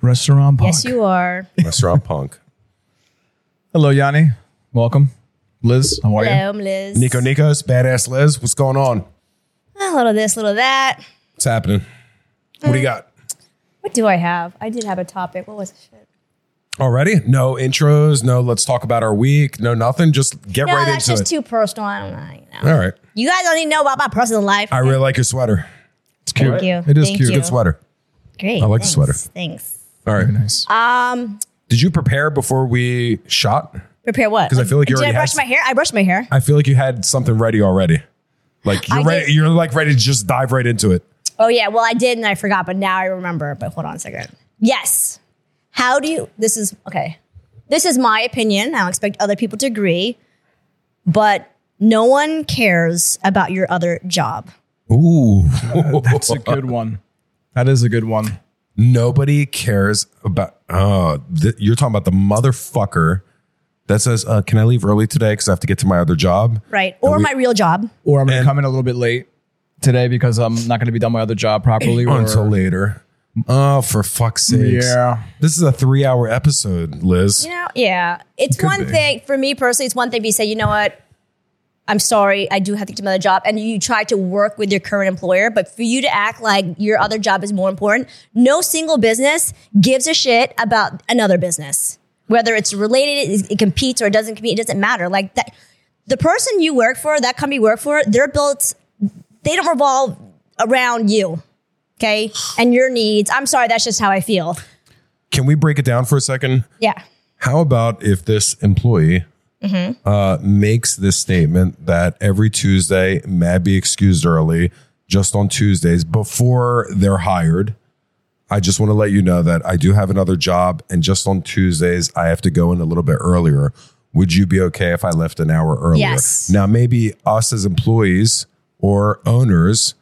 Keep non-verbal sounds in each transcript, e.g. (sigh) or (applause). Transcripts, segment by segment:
Restaurant Punk. Yes, you (laughs) are. Restaurant Punk. Hello, Yanni. Welcome. Liz, how are you? Hello, I'm Liz. Nico Nico's badass Liz. What's going on? A little this, little that. What's happening? What do you got? What do I have? I did have a topic. What was it? Shit. Already? No intros. No. Let's talk about our week. No nothing. Just get No, right that's into just it. too personal. I don't know. You, know. All right. you guys don't need to know about my personal life. I really like your sweater. It's cute. Thank you. It is Thank cute. you. Good sweater. Great. I like the thanks, sweater. Thanks. All right. Very nice. Um, Did you prepare before we shot? prepare what? 'Cause I feel like you did I already brush has- my hair? I brushed my hair. I feel like you had something ready already. Like you're I ready. did- You're like ready to just dive right into it. Oh yeah. Well, I did and I forgot, but now I remember. But hold on a second. Yes. How do you? This is okay. This is my opinion. I don't expect other people to agree, but no one cares about your other job. Ooh. (laughs) That's a good one. uh, That is a good one. Nobody cares about. Oh, th- you're talking about the motherfucker that says, uh, "Can I leave early today? Because I have to get to my other job." Right. Or my real job. Or I'm going to And- come in a little bit late today because I'm not going to be done my other job (clears throat) properly. or- until later. Oh, for fuck's sake. Yeah. This is a three hour episode, Liz. You know, yeah. It's one be. thing for me personally, it's one thing to say, you know what? I'm sorry, I do have to get another job. And you try to work with your current employer, but for you to act like your other job is more important, no single business gives a shit about another business. Whether it's related, it- it competes or it doesn't compete, it doesn't matter. Like that, the person you work for, that company you work for, they're built, they don't revolve around you, okay? And your needs. I'm sorry, that's just how I feel. Can we break it down for a second? Yeah. How about if this employee uh, makes this statement that every Tuesday, may be excused early, just on Tuesdays before they're hired? I just want to let you know that I do have another job, and just on Tuesdays, I have to go in a little bit earlier. Would you be okay if I left an hour earlier? Yes. Now, maybe us as employees or owners,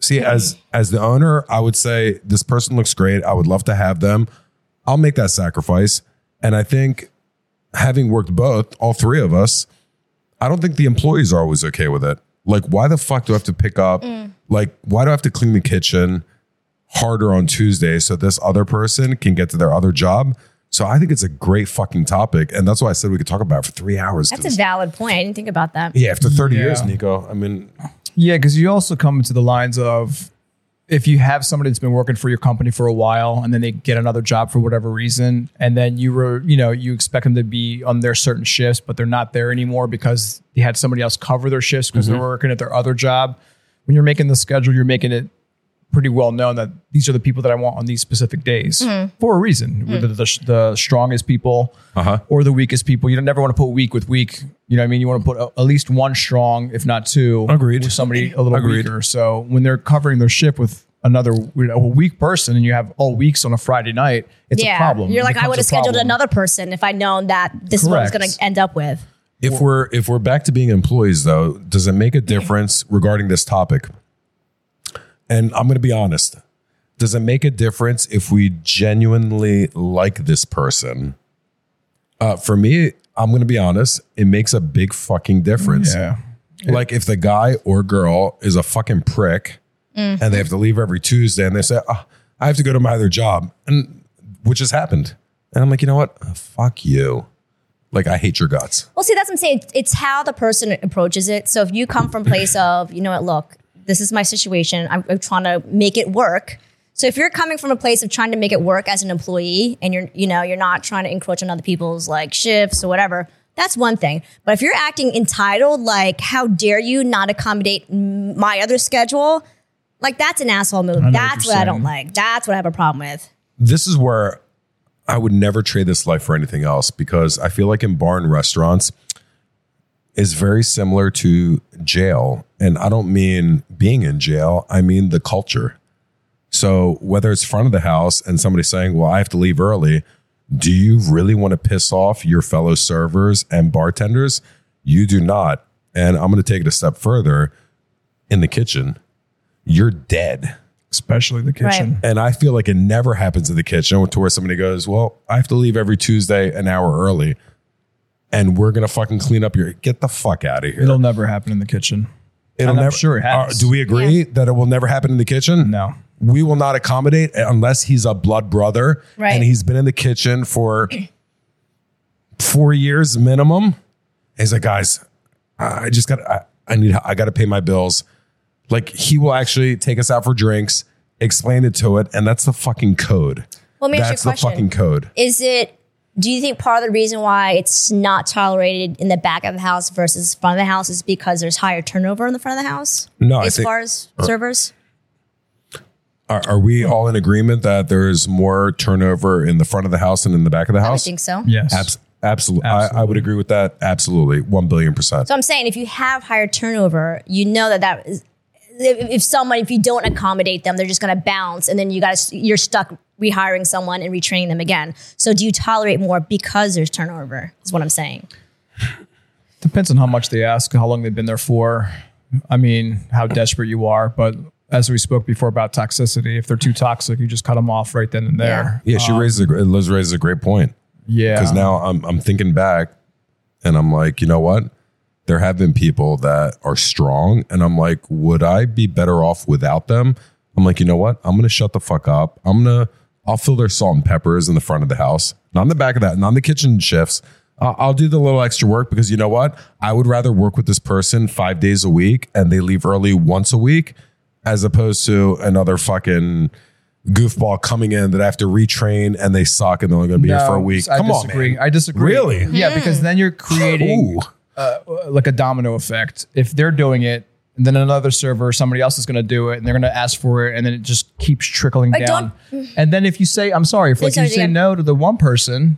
see, as as the owner, I would say this person looks great. I would love to have them. I'll make that sacrifice. And I think having worked both, all three of us, I don't think the employees are always okay with it. Like, why the fuck do I have to pick up? Like, why do I have to clean the kitchen harder on Tuesday so this other person can get to their other job? So I think it's a great fucking topic. And that's why I said we could talk about it for three hours. That's 'cause- a valid point. I didn't think about that. yeah, after 30 Yeah. years, Nico. I mean, Yeah, because you also come into the lines of if you have somebody that's been working for your company for a while and then they get another job for whatever reason, and then you were, you know, you expect them to be on their certain shifts, but they're not there anymore because they had somebody else cover their shifts because they're working at their other job. When you're making the schedule, you're making it pretty well known that these are the people that I want on these specific days for a reason. Whether the, the strongest people or the weakest people, you don't never want to put weak with weak. You know what I mean? You want to put a- at least one strong, if not two, Agreed. with somebody a little Agreed. weaker. So when they're covering their ship with another you know, a weak person and you have all weeks on a Friday night, it's a problem. You're It like, becomes I would a have scheduled problem. another person if I'd known that this is what I was going Correct. to end up with. if we're if we're back to being employees though, does it make a difference regarding this topic? And I'm going to be honest. Does it make a difference if we genuinely like this person? Uh, for me, I'm going to be honest. It makes a big fucking difference. Yeah. Like if the guy or girl is a fucking prick and they have to leave every Tuesday and they say, "Ah, I have to go to my other job, and which has happened. And I'm like, you know what? Ah, fuck you. Like, I hate your guts. Well, see, that's what I'm saying. It's how the person approaches it. So if you come from a (clears throat) place of, you know what, look, this is my situation. I'm, I'm trying to make it work. So if you're coming from a place of trying to make it work as an employee and you're, you know, you're not trying to encroach on other people's like shifts or whatever, that's one thing. But if you're acting entitled, like, how dare you not accommodate m- my other schedule? Like, that's an asshole move. what That's you're what I don't saying. like. That's what I have a problem with. this is where I would never trade this life for anything else because I feel like in bar and restaurants is very similar to jail. And I don't mean being in jail, I mean the culture. So whether it's front of the house and somebody saying, Well, I have to leave early, do you really want to piss off your fellow servers and bartenders? You do not. And I'm going to take it a step further in the kitchen. You're dead. Especially the kitchen. And I feel like it never happens in the kitchen to where somebody goes, Well, I have to leave every Tuesday an hour early and we're going to fucking clean up your. Get the fuck out of here. It'll never happen in the kitchen. It'll I'm sure it Uh, has. do we agree that it will never happen in the kitchen? No. we will not accommodate unless he's a blood brother Right. and he's been in the kitchen for four years minimum. He's like, guys, I I just got, I, I need, I got to pay my bills. Like he will actually take us out for drinks, explain it to it, and that's the fucking code. Let me ask you a that's the question. fucking code. Is it? Do you think part of the reason why it's not tolerated in the back of the house versus front of the house is because there's higher turnover in the front of the house No, I as think. uh, far as servers? Are, are we all in agreement that there is more turnover in the front of the house and in the back of the I would house? think so. Yes. Abs- absolutely. I, I would Absolutely. agree with that. Absolutely. 1 billion percent. So I'm saying if you have higher turnover, you know that that is, if, if someone if you don't accommodate them, they're just going to bounce, and then you got to you're stuck rehiring someone and retraining them again. So do you tolerate more because there's turnover? Is what I'm saying. Depends on how much they ask, how long they've been there for. I mean, how desperate you are. But as we spoke before about toxicity, if they're too toxic, you just cut them off right then and there. Yeah, she raises a, gr- Liz raises a great point. Yeah. Because Um, now I'm, I'm thinking back and I'm like, you know what? There have been people that are strong. And I'm like, would I be better off without them? I'm like, you know what? I'm going to shut the fuck up. I'm going to, I'll fill their salt and peppers in the front of the house, not in the back of that, not in the kitchen shifts. Uh, I'll do the little extra work because you know what? I would rather work with this person five days a week and they leave early once a week as opposed to another fucking goofball coming in that I have to retrain and they suck and they're only going to be here for a No, week. I Come disagree. on, man. I disagree. Really? Yeah, because then Hmm. you're creating Ooh. like a domino effect. If they're doing it, and then another server, somebody else is going to do it, and they're going to ask for it, and then it just keeps trickling But down. And then if you say, "I'm sorry," if like sorry, you say yeah. no to the one person,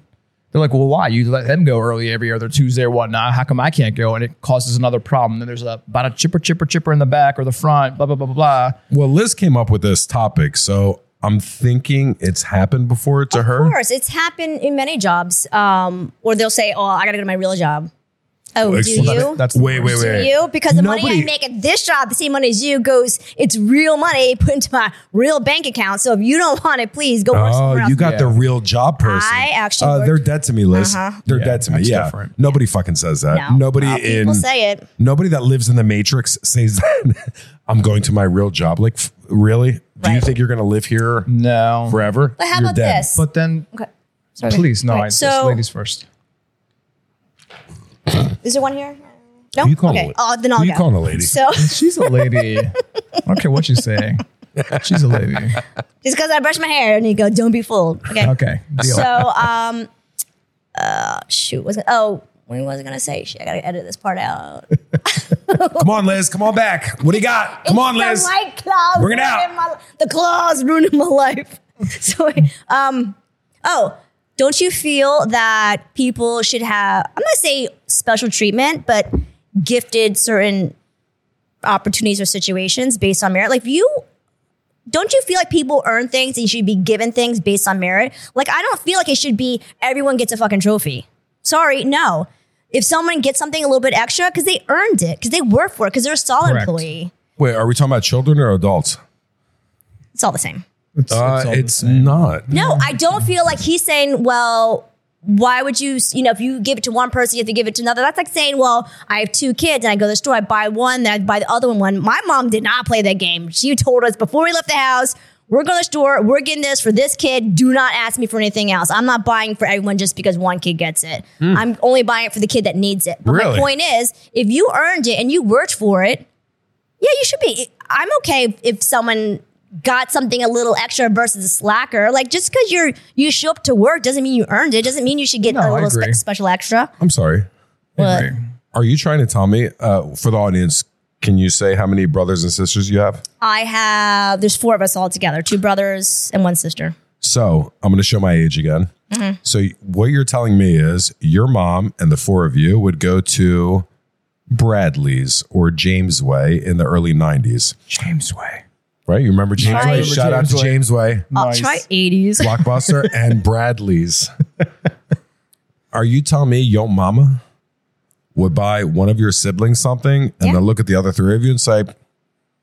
they're like, "Well, why? You let them go early every other Tuesday or whatnot. How come I can't go?" And it causes another problem. Then there's a about a chipper, chipper, chipper in the back or the front. Blah blah blah blah blah. Well, Liz came up with this topic, so I'm thinking it's happened before to her. Of course, it's happened in many jobs. Um, or they'll say, "Oh, I got to go to my real job." Oh, Like, do well, you? that's the wait, wait, worst. to wait. you because the money Nobody- I make at this job, the same money as you, goes. It's real money put into my real bank account. So if you don't want it, please go work Oh, somewhere else. you got Yeah. the real job person. I actually Uh, worked- they're dead to me, Liz. They're Yeah, dead to me. that's Yeah. different. Nobody fucking says that. No. Nobody Well, in people say it. Nobody that lives in the matrix says that. (laughs) I'm going to my real job. Like, f- really? Do you Right. think you're going to live here No, forever? But how You're about dead. this? but then Okay. please no. All right, I- just so- ladies first. Is there one here? No. Who you calling? okay. Oh, then I'll Who you go. calling a lady? So (laughs) She's a lady. I don't care what you say. She's a lady. just because I brush my hair and you go, don't be fooled. Okay. Okay, deal. So um, uh, shoot, was oh, when was I gonna say? Shit, I gotta edit this part out. Come on, Liz. Come on back. What do you got? Come on, The Liz. white claws Bring it out. ruining my- the claws ruining my life. (laughs) so, um, oh, don't you feel that people should have? I'm gonna say special treatment, but gifted certain opportunities or situations based on merit. Like if you. Don't you feel like people earn things and you should be given things based on merit? Like I don't feel like it should be everyone gets a fucking trophy. Sorry, no. If someone gets something a little bit extra because they earned it, because they work for it, because they're a solid Correct. employee. Wait, are we talking about children or adults? It's all the same. It's, Uh, Uh, it's all the it's same. not. No, I don't feel like he's saying, well, why would you, you know, if you give it to one person, you have to give it to another. That's like saying, well, I have two kids and I go to the store, I buy one, then I buy the other one. one. My mom did not play that game. She told us before we left the house, we're going to the store, we're getting this for this kid. Do not ask me for anything else. I'm not buying for everyone just because one kid gets it. I'm only buying it for the kid that needs it. But Really? my point is, if you earned it and you worked for it, yeah, you should be. I'm okay if- if someone got something a little extra versus a slacker. Like just because you're you show up to work doesn't mean you earned it. Doesn't mean you should get No, a I little agree. spe- special extra. I'm sorry. But Agree. Are you trying to tell me, uh, for the audience, can you say how many brothers and sisters you have? I have there's four of us all together, two brothers and one sister. So I'm going to show my age again. Mm-hmm. So y- what you're telling me is your mom and the four of you would go to Bradley's or James Way in the early 90s, James Way. right? You remember James Right. Way? Shout out to James Way, I'll Oh, try 80s. Blockbuster, (laughs) and Bradley's. Are you telling me your mama would buy one of your siblings something and Yeah. then look at the other three of you and say,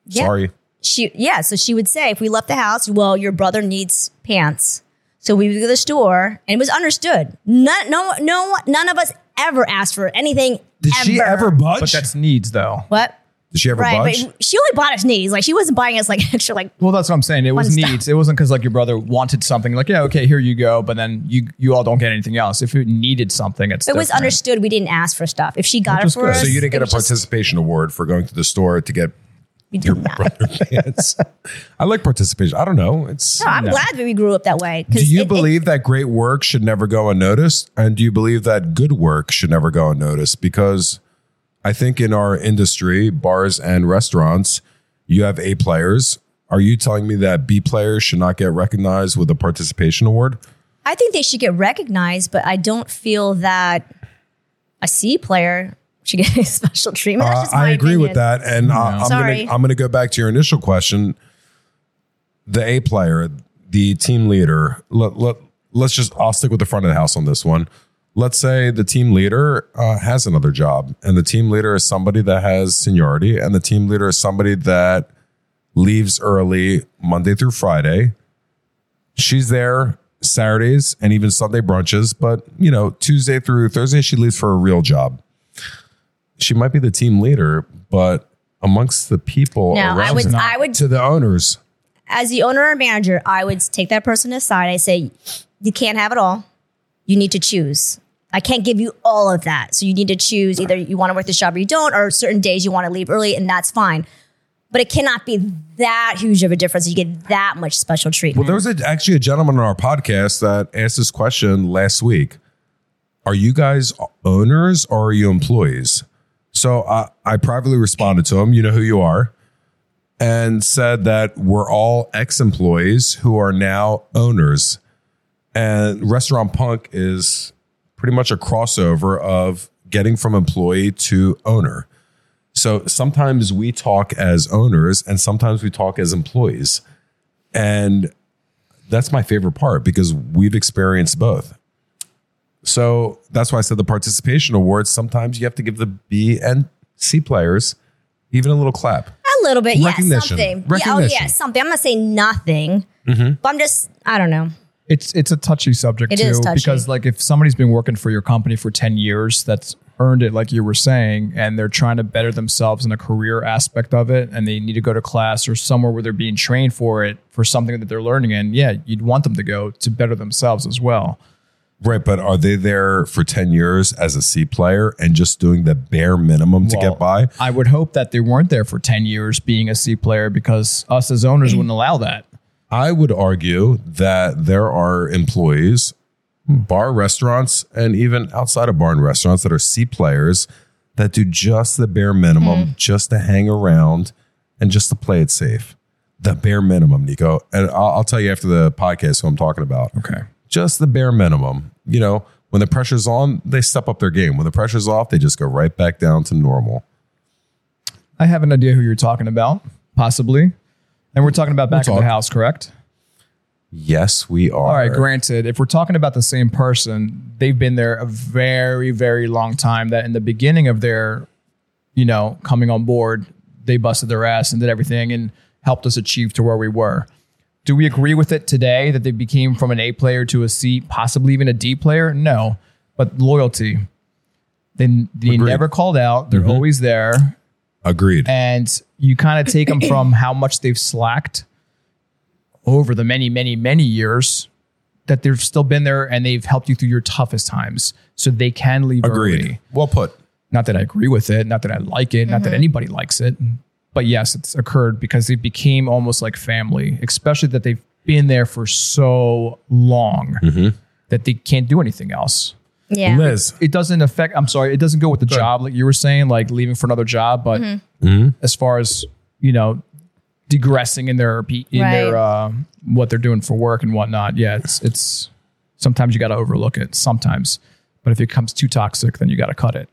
Yeah. sorry? She yeah, so she would say if we left the house, well, your brother needs pants. So we would go to the store and it was understood. None, no, no, none of us ever asked for anything. Did she ever budge? But that's needs though. what? Did Did she ever Right, budge? but she only bought us knees. Like she wasn't buying us like (laughs) extra like Well, that's what I'm saying. It was Fun stuff. needs. It wasn't because like your brother wanted something. Like, yeah, okay, here you go. But then you you all don't get anything else. If it needed something, it's it was different. understood we didn't ask for stuff. If she got Which it is for good. us, So so you didn't it get a was just- participation award for going to the store to get (laughs) we did your not. brother pants. I like participation. I don't know. It's No, I'm glad that we grew up that way. 'cause Do you it- it- believe that great work should never go unnoticed? And do you believe that good work should never go unnoticed? Because I think in our industry, bars and restaurants, you have A players. Are you telling me that B players should not get recognized with a participation award? I think they should get recognized, but I don't feel that a C player should get (laughs) special treatment. That's Uh, just my I agree with opinion. that, and uh, I'm Sorry. gonna I'm gonna go back to your initial question. The A player, the team leader. Let, let let's just I'll stick with the front of the house on this one. Let's say the team leader uh, has another job, and the team leader is somebody that has seniority, and the team leader is somebody that leaves early Monday through Friday. She's there Saturdays and even Sunday brunches, but you know Tuesday through Thursday she leaves for a real job she might be the team leader, but amongst the people No, I around would- her- I would- to the owners. As the owner or manager, I would take that person aside. I say, you can't have it all. You need to choose. I can't give you all of that. So you need to choose either you want to work this job or you don't, or certain days you want to leave early, and that's fine. But it cannot be that huge of a difference. that You get that much special treatment. Well, there was a, actually a gentleman on our podcast that asked this question last week. Are you guys owners or are you employees? So I, I privately responded to him, you know who you are, and said that we're all ex employees who are now owners. And Restaurant Punk is pretty much a crossover of getting from employee to owner. So sometimes we talk as owners and sometimes we talk as employees. And that's my favorite part because we've experienced both. So that's why I said the participation awards. Sometimes you have to give the B and C players even a little clap. A little bit, yeah, Recognition. something. Yeah, oh, yeah, Recognition. Mm-hmm. something. I'm not saying nothing, but I'm just, I don't know. It's it's a touchy subject It too is touchy. because like if somebody's been working for your company for 10 years that's earned it like you were saying and they're trying to better themselves in a career aspect of it and they need to go to class or somewhere where they're being trained for it for something that they're learning in, yeah, you'd want them to go to better themselves as well. Right, but are they there for 10 years as a C player and just doing the bare minimum to Well, get by? I would hope that they weren't there for 10 years being a C player because us as owners wouldn't allow that. I would argue that there are employees, bar restaurants, and even outside of bar and restaurants that are C players that do just the bare minimum just to hang around and just to play it safe. The bare minimum, Nico. And I'll, I'll tell you after the podcast who I'm talking about. Okay. Just the bare minimum. You know, when the pressure's on, they step up their game. When the pressure's off, they just go right back down to normal. I have an idea who you're talking about, possibly. And we're talking about back We'll of the talk. house, correct? Yes, we are. All right, granted, if we're talking about the same person, they've been there a very, very long time that in the beginning of their, you know, coming on board, they busted their ass and did everything and helped us achieve to where we were. Do we agree with it today that they became from an A player to a C, possibly even a D player? No, but loyalty. They, they Agreed. never called out. They're always there Agreed. and you kind of take them from how much they've slacked over the many, many, many years that they've still been there and they've helped you through your toughest times. So they can leave Agreed. early. Well put. Not that I agree with it, not that I like it, not that anybody likes it. But yes, it's occurred because they became almost like family, especially that they've been there for so long that they can't do anything else Yeah. Liz, it doesn't affect i'm sorry it doesn't go Mm-hmm. with the job like you were saying like leaving for another job but as far as you know digressing in their pe- in their uh, what they're doing for work and whatnot yeah it's it's sometimes you got to overlook it sometimes but if it becomes too toxic then you got to cut it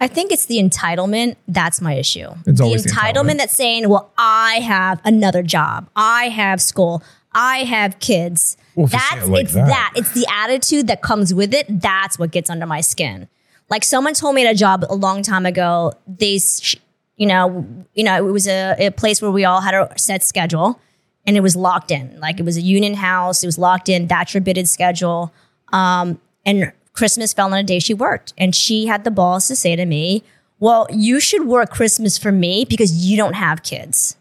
I think it's the entitlement. That's my issue. It's the always the entitlement, entitlement. that's saying, well, I have another job. I have school. I have kids. Well, if you say that's it like it's that. that. It's the attitude that comes with it. That's what gets under my skin. Like someone told me at a job a long time ago, they, s- sh- you know, you know, it was a, a place where we all had a set schedule and it was locked in. Like it was a union house. It was locked in. That's your bidded schedule. Um, and Christmas fell on a day she worked. And she had the balls to say to me, well, you should work Christmas for me because you don't have kids.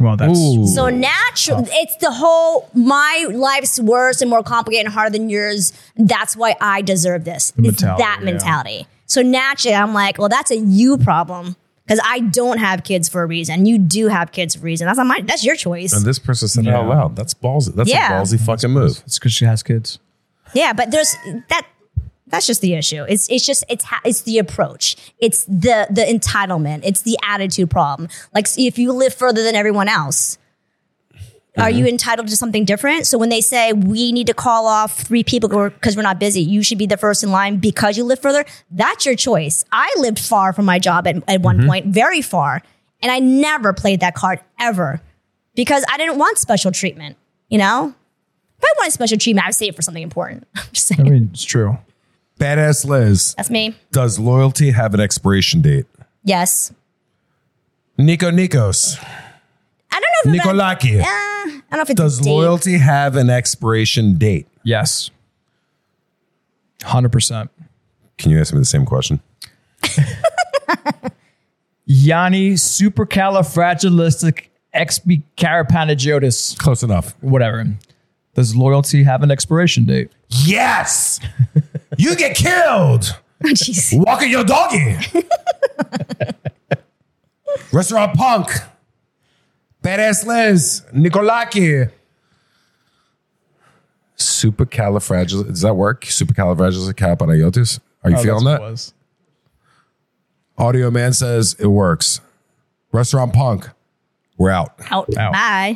Well, that's Ooh. So natural, it's the whole my life's worse and more complicated and harder than yours. That's why I deserve this. it's mentality, that yeah. mentality. So naturally, I'm like, well, that's a you problem because I don't have kids for a reason. You do have kids for a reason. That's not mine. That's your choice. And this person said it out Yeah. loud. That's ballsy. That's Yeah. a ballsy fucking move. it's because she has kids. Yeah, but there's that. That's just the issue. It's it's just it's ha- it's the approach. It's the the entitlement. It's the attitude problem. Like see, if you live further than everyone else, are you entitled to something different? So when they say we need to call off three people because we're not busy, you should be the first in line because you live further. That's your choice. I lived far from my job at at one point, very far, and I never played that card ever because I didn't want special treatment. You know, if I wanted special treatment, I would save it for something important. (laughs) I'm just saying. I mean, it's true. Badass Liz. That's me. Does loyalty have an expiration date? Yes. Nico Nikos. I don't know if I'm gonna- Nikolaki. Uh, I don't know if it's Does a date. (laughs) loyalty have an expiration date? Yes, hundred percent. Can you ask me the same question? Yanni supercalifragilisticexpialidocious. Close enough. Whatever. Does loyalty have an expiration date? Yes. (laughs) you get killed. Oh, Jeez. Walking your doggy. Restaurant Punk. Badass Liz. Nikolaki. Supercalifragil. Does that work? Supercalifragilisticexpialidocious. Are you Oh, feeling that? Was. Audio Man says it works. Restaurant Punk. We're out. Out. Out. Bye.